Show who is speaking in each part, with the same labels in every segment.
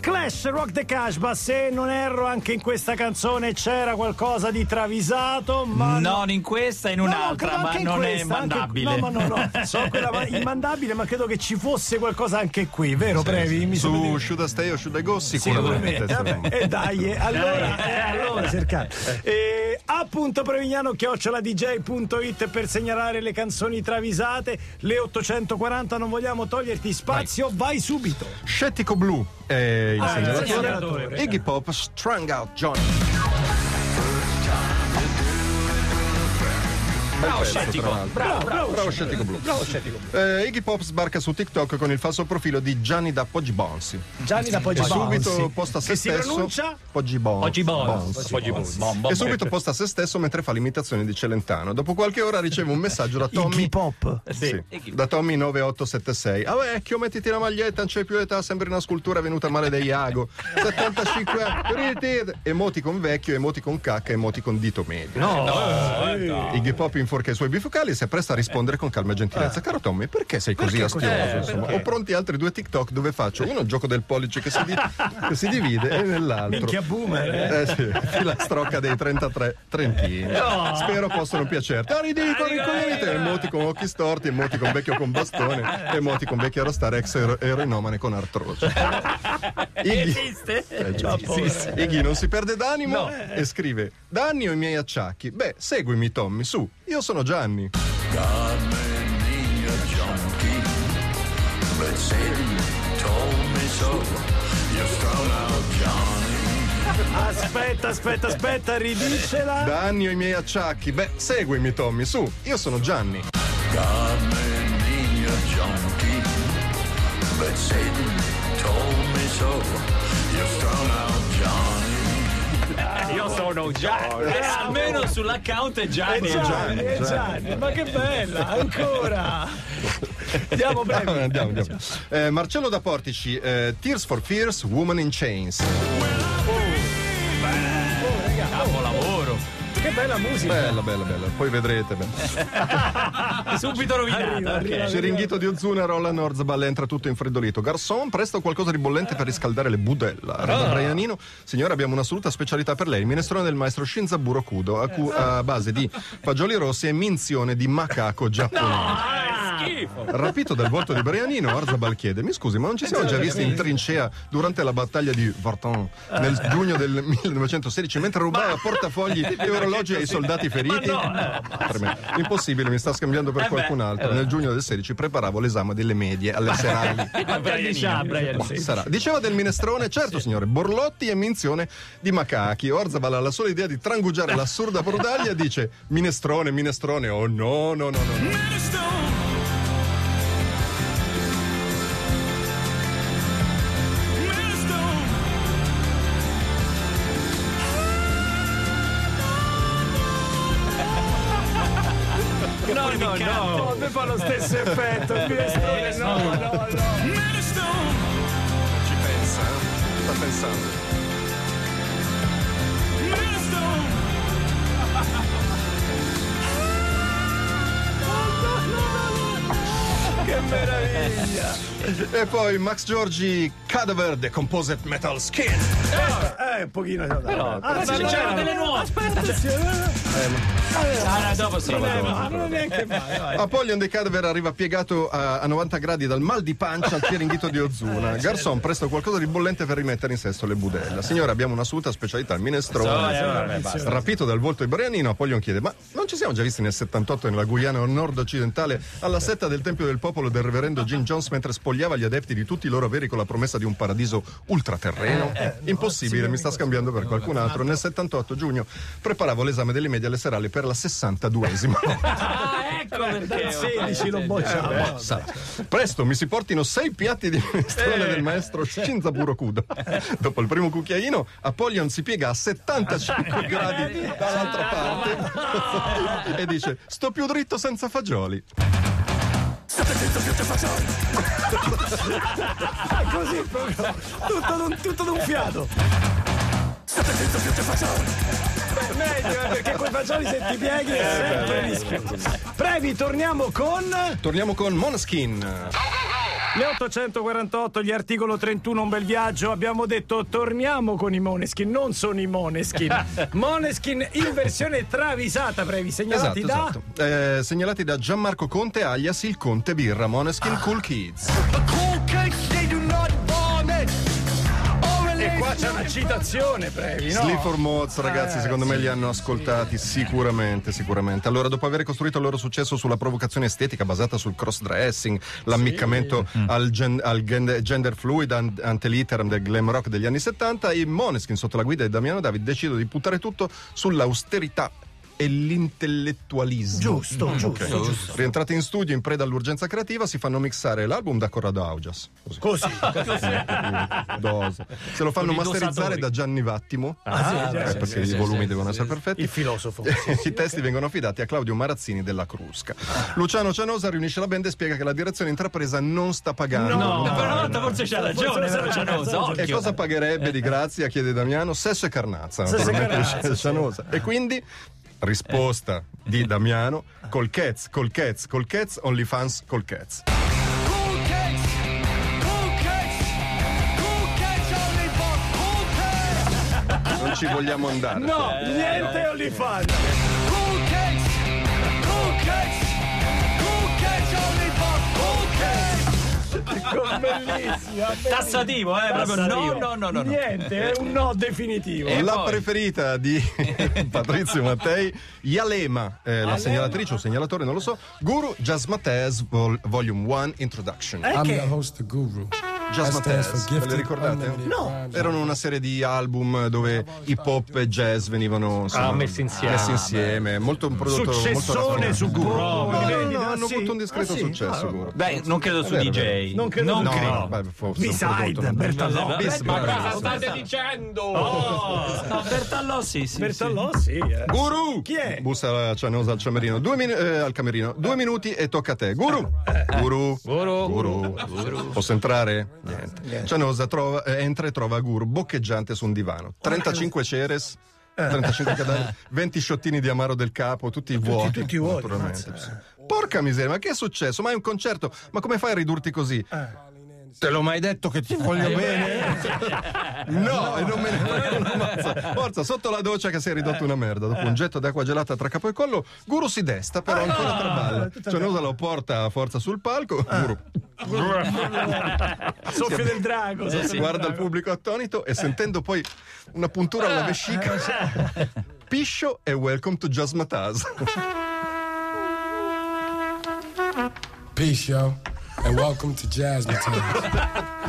Speaker 1: Crash Rock the Casbah, se non erro anche in questa canzone c'era qualcosa di travisato, ma
Speaker 2: non in questa, in
Speaker 1: No, no,
Speaker 2: un'altra,
Speaker 1: credo
Speaker 2: ma
Speaker 1: anche in
Speaker 2: non è
Speaker 1: questa, anche-
Speaker 2: mandabile.
Speaker 1: no, ma no, no, so quella ma- immandabile, ma credo che ci fosse qualcosa anche qui, vero Previ? Mi sembra di-
Speaker 3: Su Should I Stay o Should I Go
Speaker 1: Sicuramente,
Speaker 3: sicuramente.
Speaker 1: vabbè,
Speaker 3: sì.
Speaker 1: e dai, eh, allora, eh, allora cercate. Eh, appunto Prevignano chiocciola dj.it per segnalare le canzoni travisate, le 840 non vogliamo toglierti spazio, vai, subito.
Speaker 3: Scettico Blu è il
Speaker 1: Ah,
Speaker 3: segnalatore.
Speaker 1: segnalatore.
Speaker 3: Iggy Pop Strung Out John.
Speaker 2: Bravo,
Speaker 3: pezzo,
Speaker 2: Scettico.
Speaker 3: tra l'altro.
Speaker 1: Bravo, bravo,
Speaker 3: Bravo Scettico Blu.
Speaker 1: bravo, scettico.
Speaker 3: Eh, Iggy Pop sbarca su TikTok con il falso profilo di Gianni da Poggi Bonsi.
Speaker 1: Gianni da
Speaker 3: E
Speaker 1: Poggi
Speaker 3: subito
Speaker 1: Bonsi.
Speaker 3: posta a se
Speaker 1: Che si
Speaker 3: stesso.
Speaker 1: pronuncia?
Speaker 3: Poggi Bonsi.
Speaker 2: Oggi buono.
Speaker 3: Bonsi.
Speaker 2: Oggi buono. Bon, bon,
Speaker 3: E subito posta a se stesso mentre fa l'imitazione di Celentano. Dopo qualche ora riceve un messaggio da Tommy.
Speaker 1: Iggy Pop.
Speaker 3: Eh Sì, da Tommy 9876. Ah vecchio, mettiti la maglietta, non c'è più età, sembri una scultura venuta male da Iago. 75 anni. Riti- Emoticon vecchio, emoticon cacca, emoticon dito medio. No, eh, Iggy Pop inforca i suoi bifocali e si appresta a rispondere con calma e gentilezza. Caro Tommy, Eh. perché sei così Eh, astioso? insomma? Ho pronti altri due TikTok dove faccio uno il gioco del pollice che si, di- che si divide e nell'altro.
Speaker 1: Minchia boomer, eh.
Speaker 3: Eh sì, filastrocca dei 33 trentini. Spero possano piacerti. Ah, ridicolo, incognito! Emoti con occhi storti, emoti con vecchio con bastone, emoti con vecchio rastare, ex ero- eroinomane con Eh, artrosi. Esiste? Iggy non si perde d'animo e scrive: Da anni ho i miei acciacchi. Beh, seguimi, Tommy, su, io sono Gianni.
Speaker 1: Aspetta, aspetta, aspetta, ridicela.
Speaker 3: Da anni ho i miei acciacchi. Beh, seguimi, Tommy, su, io sono Gianni.
Speaker 2: Io sono Gianni. Eh, almeno sull'account è Gianni.
Speaker 1: Eh, Gianni, eh, Gianni, ma che bella, ancora. Andiamo
Speaker 3: Ah,
Speaker 1: brevi.
Speaker 3: andiamo, andiamo. Eh, Marcello da Portici, eh, Tears for Fears, Woman in Chains.
Speaker 2: Capolavoro.
Speaker 1: Che bella musica.
Speaker 3: Bella, bella, bella. Poi vedrete. beh.
Speaker 1: Esatto.
Speaker 2: Subito
Speaker 1: Arriva, arriva,
Speaker 2: rovinato.
Speaker 1: arriva.
Speaker 3: Siringhito di Ozuna, Roland Orzabal entra tutto infreddolito. Garçon, presto qualcosa di bollente per riscaldare le budella. Arriva Brianino, signora, abbiamo un'assoluta specialità per lei: il minestrone del maestro Shinzaburo Kudo, a, cu- a base di fagioli rossi e minzione di macaco giapponese.
Speaker 2: Schifo.
Speaker 3: Rapito dal volto di Brianino, Orzabal chiede: Mi scusi, ma non ci siamo già visti in trincea durante la battaglia di Varton nel giugno del 1916 mentre rubava portafogli e orologi ai soldati feriti? Tremendo. Impossibile, mi sta scambiando per qualcun altro. Nel giugno del 16 preparavo l'esame delle medie alle serali.
Speaker 1: Ah,
Speaker 2: Brianino.
Speaker 3: Boh, sarà. Diceva del minestrone, certo signore, Borlotti e minzione di Macachi. Orzabal alla sola idea di trangugiare l'assurda brudaglia dice minestrone, minestrone, oh no, no, no, no. no.
Speaker 1: No, no, no. Mi fa lo stesso effetto. il minestrone, no, no, no.
Speaker 3: Ci pensa, sta pensando.
Speaker 1: Che meraviglia.
Speaker 3: E poi Max Giorgi Cadaver The Composite Metal Skin.
Speaker 1: Eh, un pochino. Però,
Speaker 2: Ci c'erano delle nuove. Ah, no, dopo si
Speaker 1: eh, Ma non è neanche male. vai.
Speaker 3: Apollyon The Cadaver arriva piegato a, a 90 gradi dal mal di pancia al chieringhito di Ozuna. Garçon, presto qualcosa di bollente per rimettere in sesto le budella. Signora, abbiamo un'assoluta specialità, il minestrone. Rapito dal volto di Brianino, Apollyon chiede: Ma non ci siamo già visti nel 78 nella Guyana nord-occidentale alla setta del Tempio del Popolo del reverendo Jim Jones mentre spogliava gli adepti di tutti i loro averi con la promessa di un paradiso ultraterreno? Impossibile, mi sta scambiando per qualcun altro. Nel 78 giugno preparavo l'esame delle medie alle serali per la 62esima
Speaker 2: Ah, ecco perché.
Speaker 1: Dal 16 lo bocciamo.
Speaker 3: Sarà. Presto mi si portino sei piatti di minestrone del maestro Shinzaburo Kudo. Dopo il primo cucchiaino, Apollyon si piega a 75 gradi dall'altra parte e dice: Sto più dritto senza fagioli.
Speaker 1: Ah, così proprio. Tutto d'un, tutto d'un fiato. Beh, Meglio, eh, perché quei fagioli se ti pieghi è sempre rischioso. Previ, torniamo con...
Speaker 3: Torniamo con Moneskin.
Speaker 1: Le 848, gli articolo 31, un bel viaggio. Abbiamo detto torniamo con i Moneskin, non sono i Moneskin. Moneskin in versione travisata, brevi segnalati da.
Speaker 3: esatto, esatto. Eh, segnalati da Gianmarco Conte alias il Conte Birra Moneskin Cool Kids
Speaker 4: The cool kids, they do not vomit.
Speaker 1: E qua c'è una citazione, brevi, no? Eh,
Speaker 3: Sleep for Moz, ragazzi, secondo me li hanno ascoltati sicuramente, sicuramente. Allora, dopo aver costruito il loro successo sulla provocazione estetica basata sul cross-dressing, l'ammiccamento
Speaker 1: Mm.
Speaker 3: al, gen- al gen- gender fluid an- anteliteram del glam rock degli anni 70, i Moneskin, sotto la guida di Damiano David, decidono di puntare tutto sull'austerità e l'intellettualismo.
Speaker 1: Giusto, giusto.
Speaker 3: Rientrati in studio in preda all'urgenza creativa, si fanno mixare l'album da Corrado Augias. Così.
Speaker 1: Così.
Speaker 3: Dose. Se lo fanno
Speaker 2: Con i
Speaker 3: masterizzare
Speaker 2: dosatori.
Speaker 3: da Gianni Vattimo,
Speaker 1: Ah, sì,
Speaker 3: eh,
Speaker 1: sì, sì,
Speaker 3: perché
Speaker 2: sì,
Speaker 3: i
Speaker 2: sì,
Speaker 3: volumi
Speaker 2: sì,
Speaker 3: devono essere perfetti.
Speaker 1: Il filosofo.
Speaker 3: I testi vengono affidati a Claudio Marazzini della Crusca. Luciano Cianosa riunisce la band e spiega che la direzione intrapresa non sta pagando.
Speaker 1: No.
Speaker 2: Ma
Speaker 3: No.
Speaker 2: per una volta forse c'ha ragione,
Speaker 1: Forse
Speaker 2: però c'ha
Speaker 1: c'ha
Speaker 2: ragione.
Speaker 1: ragione.
Speaker 3: E cosa pagherebbe di grazia, chiede Damiano, sesso e carnazza.
Speaker 1: Sesso e
Speaker 3: naturalmente,
Speaker 1: carnazza,
Speaker 3: dice Cianosa. E quindi risposta di Damiano, col Cats, col Cats, col Cats, OnlyFans, col Cats.
Speaker 4: Cool kids, cool kids, cool kids only for cool kids.
Speaker 3: Non ci vogliamo andare.
Speaker 1: Eh, No, niente OnlyFans.
Speaker 4: Cool kids, cool kids, cool kids only for cool kids.
Speaker 1: Bellissima.
Speaker 2: Tassativo, eh, proprio no,
Speaker 1: Tassativo.
Speaker 2: no, no, Eh, no. no.
Speaker 1: Niente, è un no definitivo.
Speaker 2: E
Speaker 3: la
Speaker 2: poi?
Speaker 3: preferita di Patrizio Mattei, Yalema, eh, la segnalatrice o segnalatore, non lo so. Guru Jasmatez Vol- Volume 1 Introduction.
Speaker 1: Eh,
Speaker 5: I'm
Speaker 1: che-
Speaker 5: the host, the guru.
Speaker 3: Just
Speaker 5: That
Speaker 3: Matters,
Speaker 5: stands for
Speaker 3: ve le
Speaker 5: gifted,
Speaker 3: ricordate?
Speaker 5: unlimited,
Speaker 1: No.
Speaker 5: prime time.
Speaker 3: Erano una serie di album dove hip hop e jazz venivano insomma,
Speaker 6: Ah, messi insieme.
Speaker 3: messi insieme. Molto un prodotto molto
Speaker 1: Ah, Successone
Speaker 3: raffinante.
Speaker 1: su Guru.
Speaker 3: No, no, no,
Speaker 1: Rivendita,
Speaker 3: hanno
Speaker 1: sì.
Speaker 3: avuto un discreto
Speaker 1: Ah, sì?
Speaker 3: successo.
Speaker 1: Ah,
Speaker 3: Guru.
Speaker 2: Beh, non credo su
Speaker 3: È vero, è
Speaker 2: DJ.
Speaker 3: vero.
Speaker 1: Non credo su-
Speaker 2: credo.
Speaker 3: No, beh, forse un prodotto
Speaker 1: B-side,
Speaker 3: non-
Speaker 1: Bertallò.
Speaker 3: Bis-
Speaker 6: Ma
Speaker 3: bis-
Speaker 6: cosa state dicendo?
Speaker 1: Oh.
Speaker 2: No, Bertallò sì, sì.
Speaker 1: Bertallò, sì. eh.
Speaker 3: Guru!
Speaker 1: Chi è?
Speaker 3: Bussa la cianosa al camerino. Due minu- eh, al camerino. Due minuti e tocca a te. Guru! Guru!
Speaker 6: Guru.
Speaker 3: Guru! Posso entrare? Niente. Cianosa trova- eh, entra e trova Guru boccheggiante su un divano. 35 ceres. 35 cadaveri, 20 sciottini di amaro del capo, tutti vuoti.
Speaker 1: tutti vuoti,
Speaker 3: naturalmente. Porca miseria, ma che è successo? Ma è un concerto, ma come fai a ridurti così? Te l'ho mai detto che ti voglio bene? No, e non me ne frega una mazza. Forza, sotto la doccia che si è ridotto una merda. Dopo un getto d'acqua gelata tra capo e collo, Guru si desta, però ancora traballa. Cianosa lo porta a forza sul palco. Guru
Speaker 1: Soffio del drago. soffio del
Speaker 3: guarda il
Speaker 1: drago.
Speaker 3: pubblico attonito e sentendo poi una puntura alla vescica. Piscio e welcome to Jasmataz.
Speaker 5: Peace, yo. And welcome to Jazz Matters,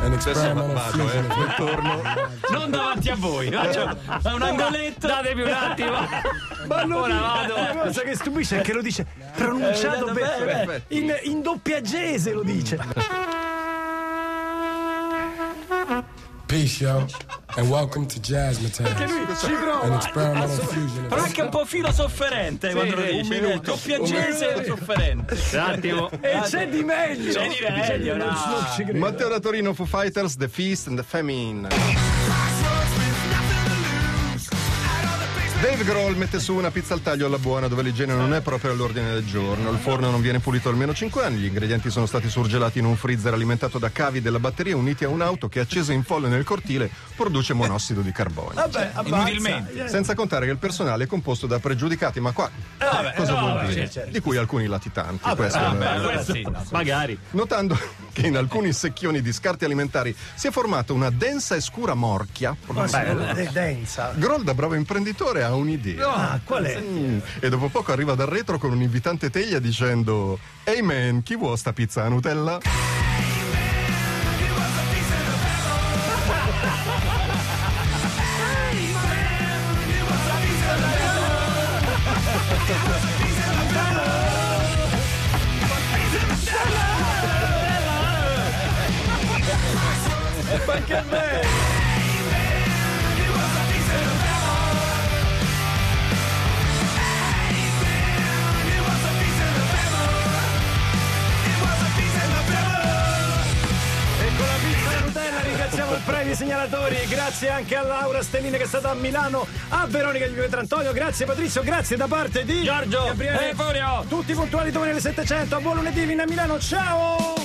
Speaker 5: an experimental
Speaker 3: vado,
Speaker 5: fusion
Speaker 3: eh.
Speaker 5: of hip hop.
Speaker 2: Non davanti a voi, no? Cioè, a un angoletto. Datevi un attimo.
Speaker 1: Ma lo
Speaker 2: Ora
Speaker 1: dico,
Speaker 2: vado.
Speaker 1: La cosa che stupisce è che lo dice pronunciato
Speaker 2: Eh,
Speaker 1: bene,
Speaker 2: beh,
Speaker 1: beh, in, in doppiagese lo dice.
Speaker 5: Peace, yo. And welcome to Jazz Matters,
Speaker 1: Ci
Speaker 5: an
Speaker 1: prova.
Speaker 5: experimental fusion
Speaker 2: Però
Speaker 5: of
Speaker 2: anche un po' filo sofferente quando lo
Speaker 6: sì,
Speaker 2: dici.
Speaker 6: un
Speaker 2: eh,
Speaker 6: minuto.
Speaker 2: Doppiagese e sofferente.
Speaker 6: Un attimo.
Speaker 1: E c'è di meglio.
Speaker 2: C'è di meglio, no.
Speaker 1: non ci- non ci credo.
Speaker 3: Matteo da Torino, Foo Fighters, The Feast and the Famine.
Speaker 4: Swords with nothing to lose. Out on the basement.
Speaker 3: Dave Grohl mette su una pizza al taglio alla buona dove l'igiene non è proprio all'ordine del giorno. Il forno non viene pulito almeno 5 anni. Gli ingredienti sono stati surgelati in un freezer alimentato da cavi della batteria uniti a un'auto che accesa in folle nel cortile produce monossido di carbonio.
Speaker 1: Vabbè, Eh, abbassa.
Speaker 2: Inutilmente.
Speaker 3: Senza contare che il personale è composto da pregiudicati, ma qua cosa vuol
Speaker 1: Ah,
Speaker 3: dire? Di cui alcuni latitanti. questo è-
Speaker 2: Allora sì.
Speaker 6: Magari.
Speaker 3: Notando che in alcuni secchioni di scarti alimentari si è formata una densa e scura morchia.
Speaker 1: È densa.
Speaker 3: Groll da bravo imprenditore ha un'idea.
Speaker 1: Ah, qual è?
Speaker 3: Mm, E dopo poco arriva dal retro con un'invitante teglia dicendo Ehi man, chi vuole sta pizza a Nutella?
Speaker 4: It was a piece of the pebble. Hey, man, it was a piece of the pebble. It was a piece of the pebble. It was a piece of the pebble. It was a piece of the pebble. Hey, man, it was a piece of the pebble. It was a piece of the pebble.
Speaker 1: E con la pizza Nutella ringraziamo il premio segnalatori. Grazie anche a Laura Stellina che è stata a Milano, a Veronica di Pietro Antonio. Grazie Patrizio, grazie da parte di
Speaker 2: Giorgio eh.
Speaker 1: Gabriele.
Speaker 2: e Furio.
Speaker 1: Tutti puntuali domani alle 700. A buon lunedì, Vina a Milano. Ciao!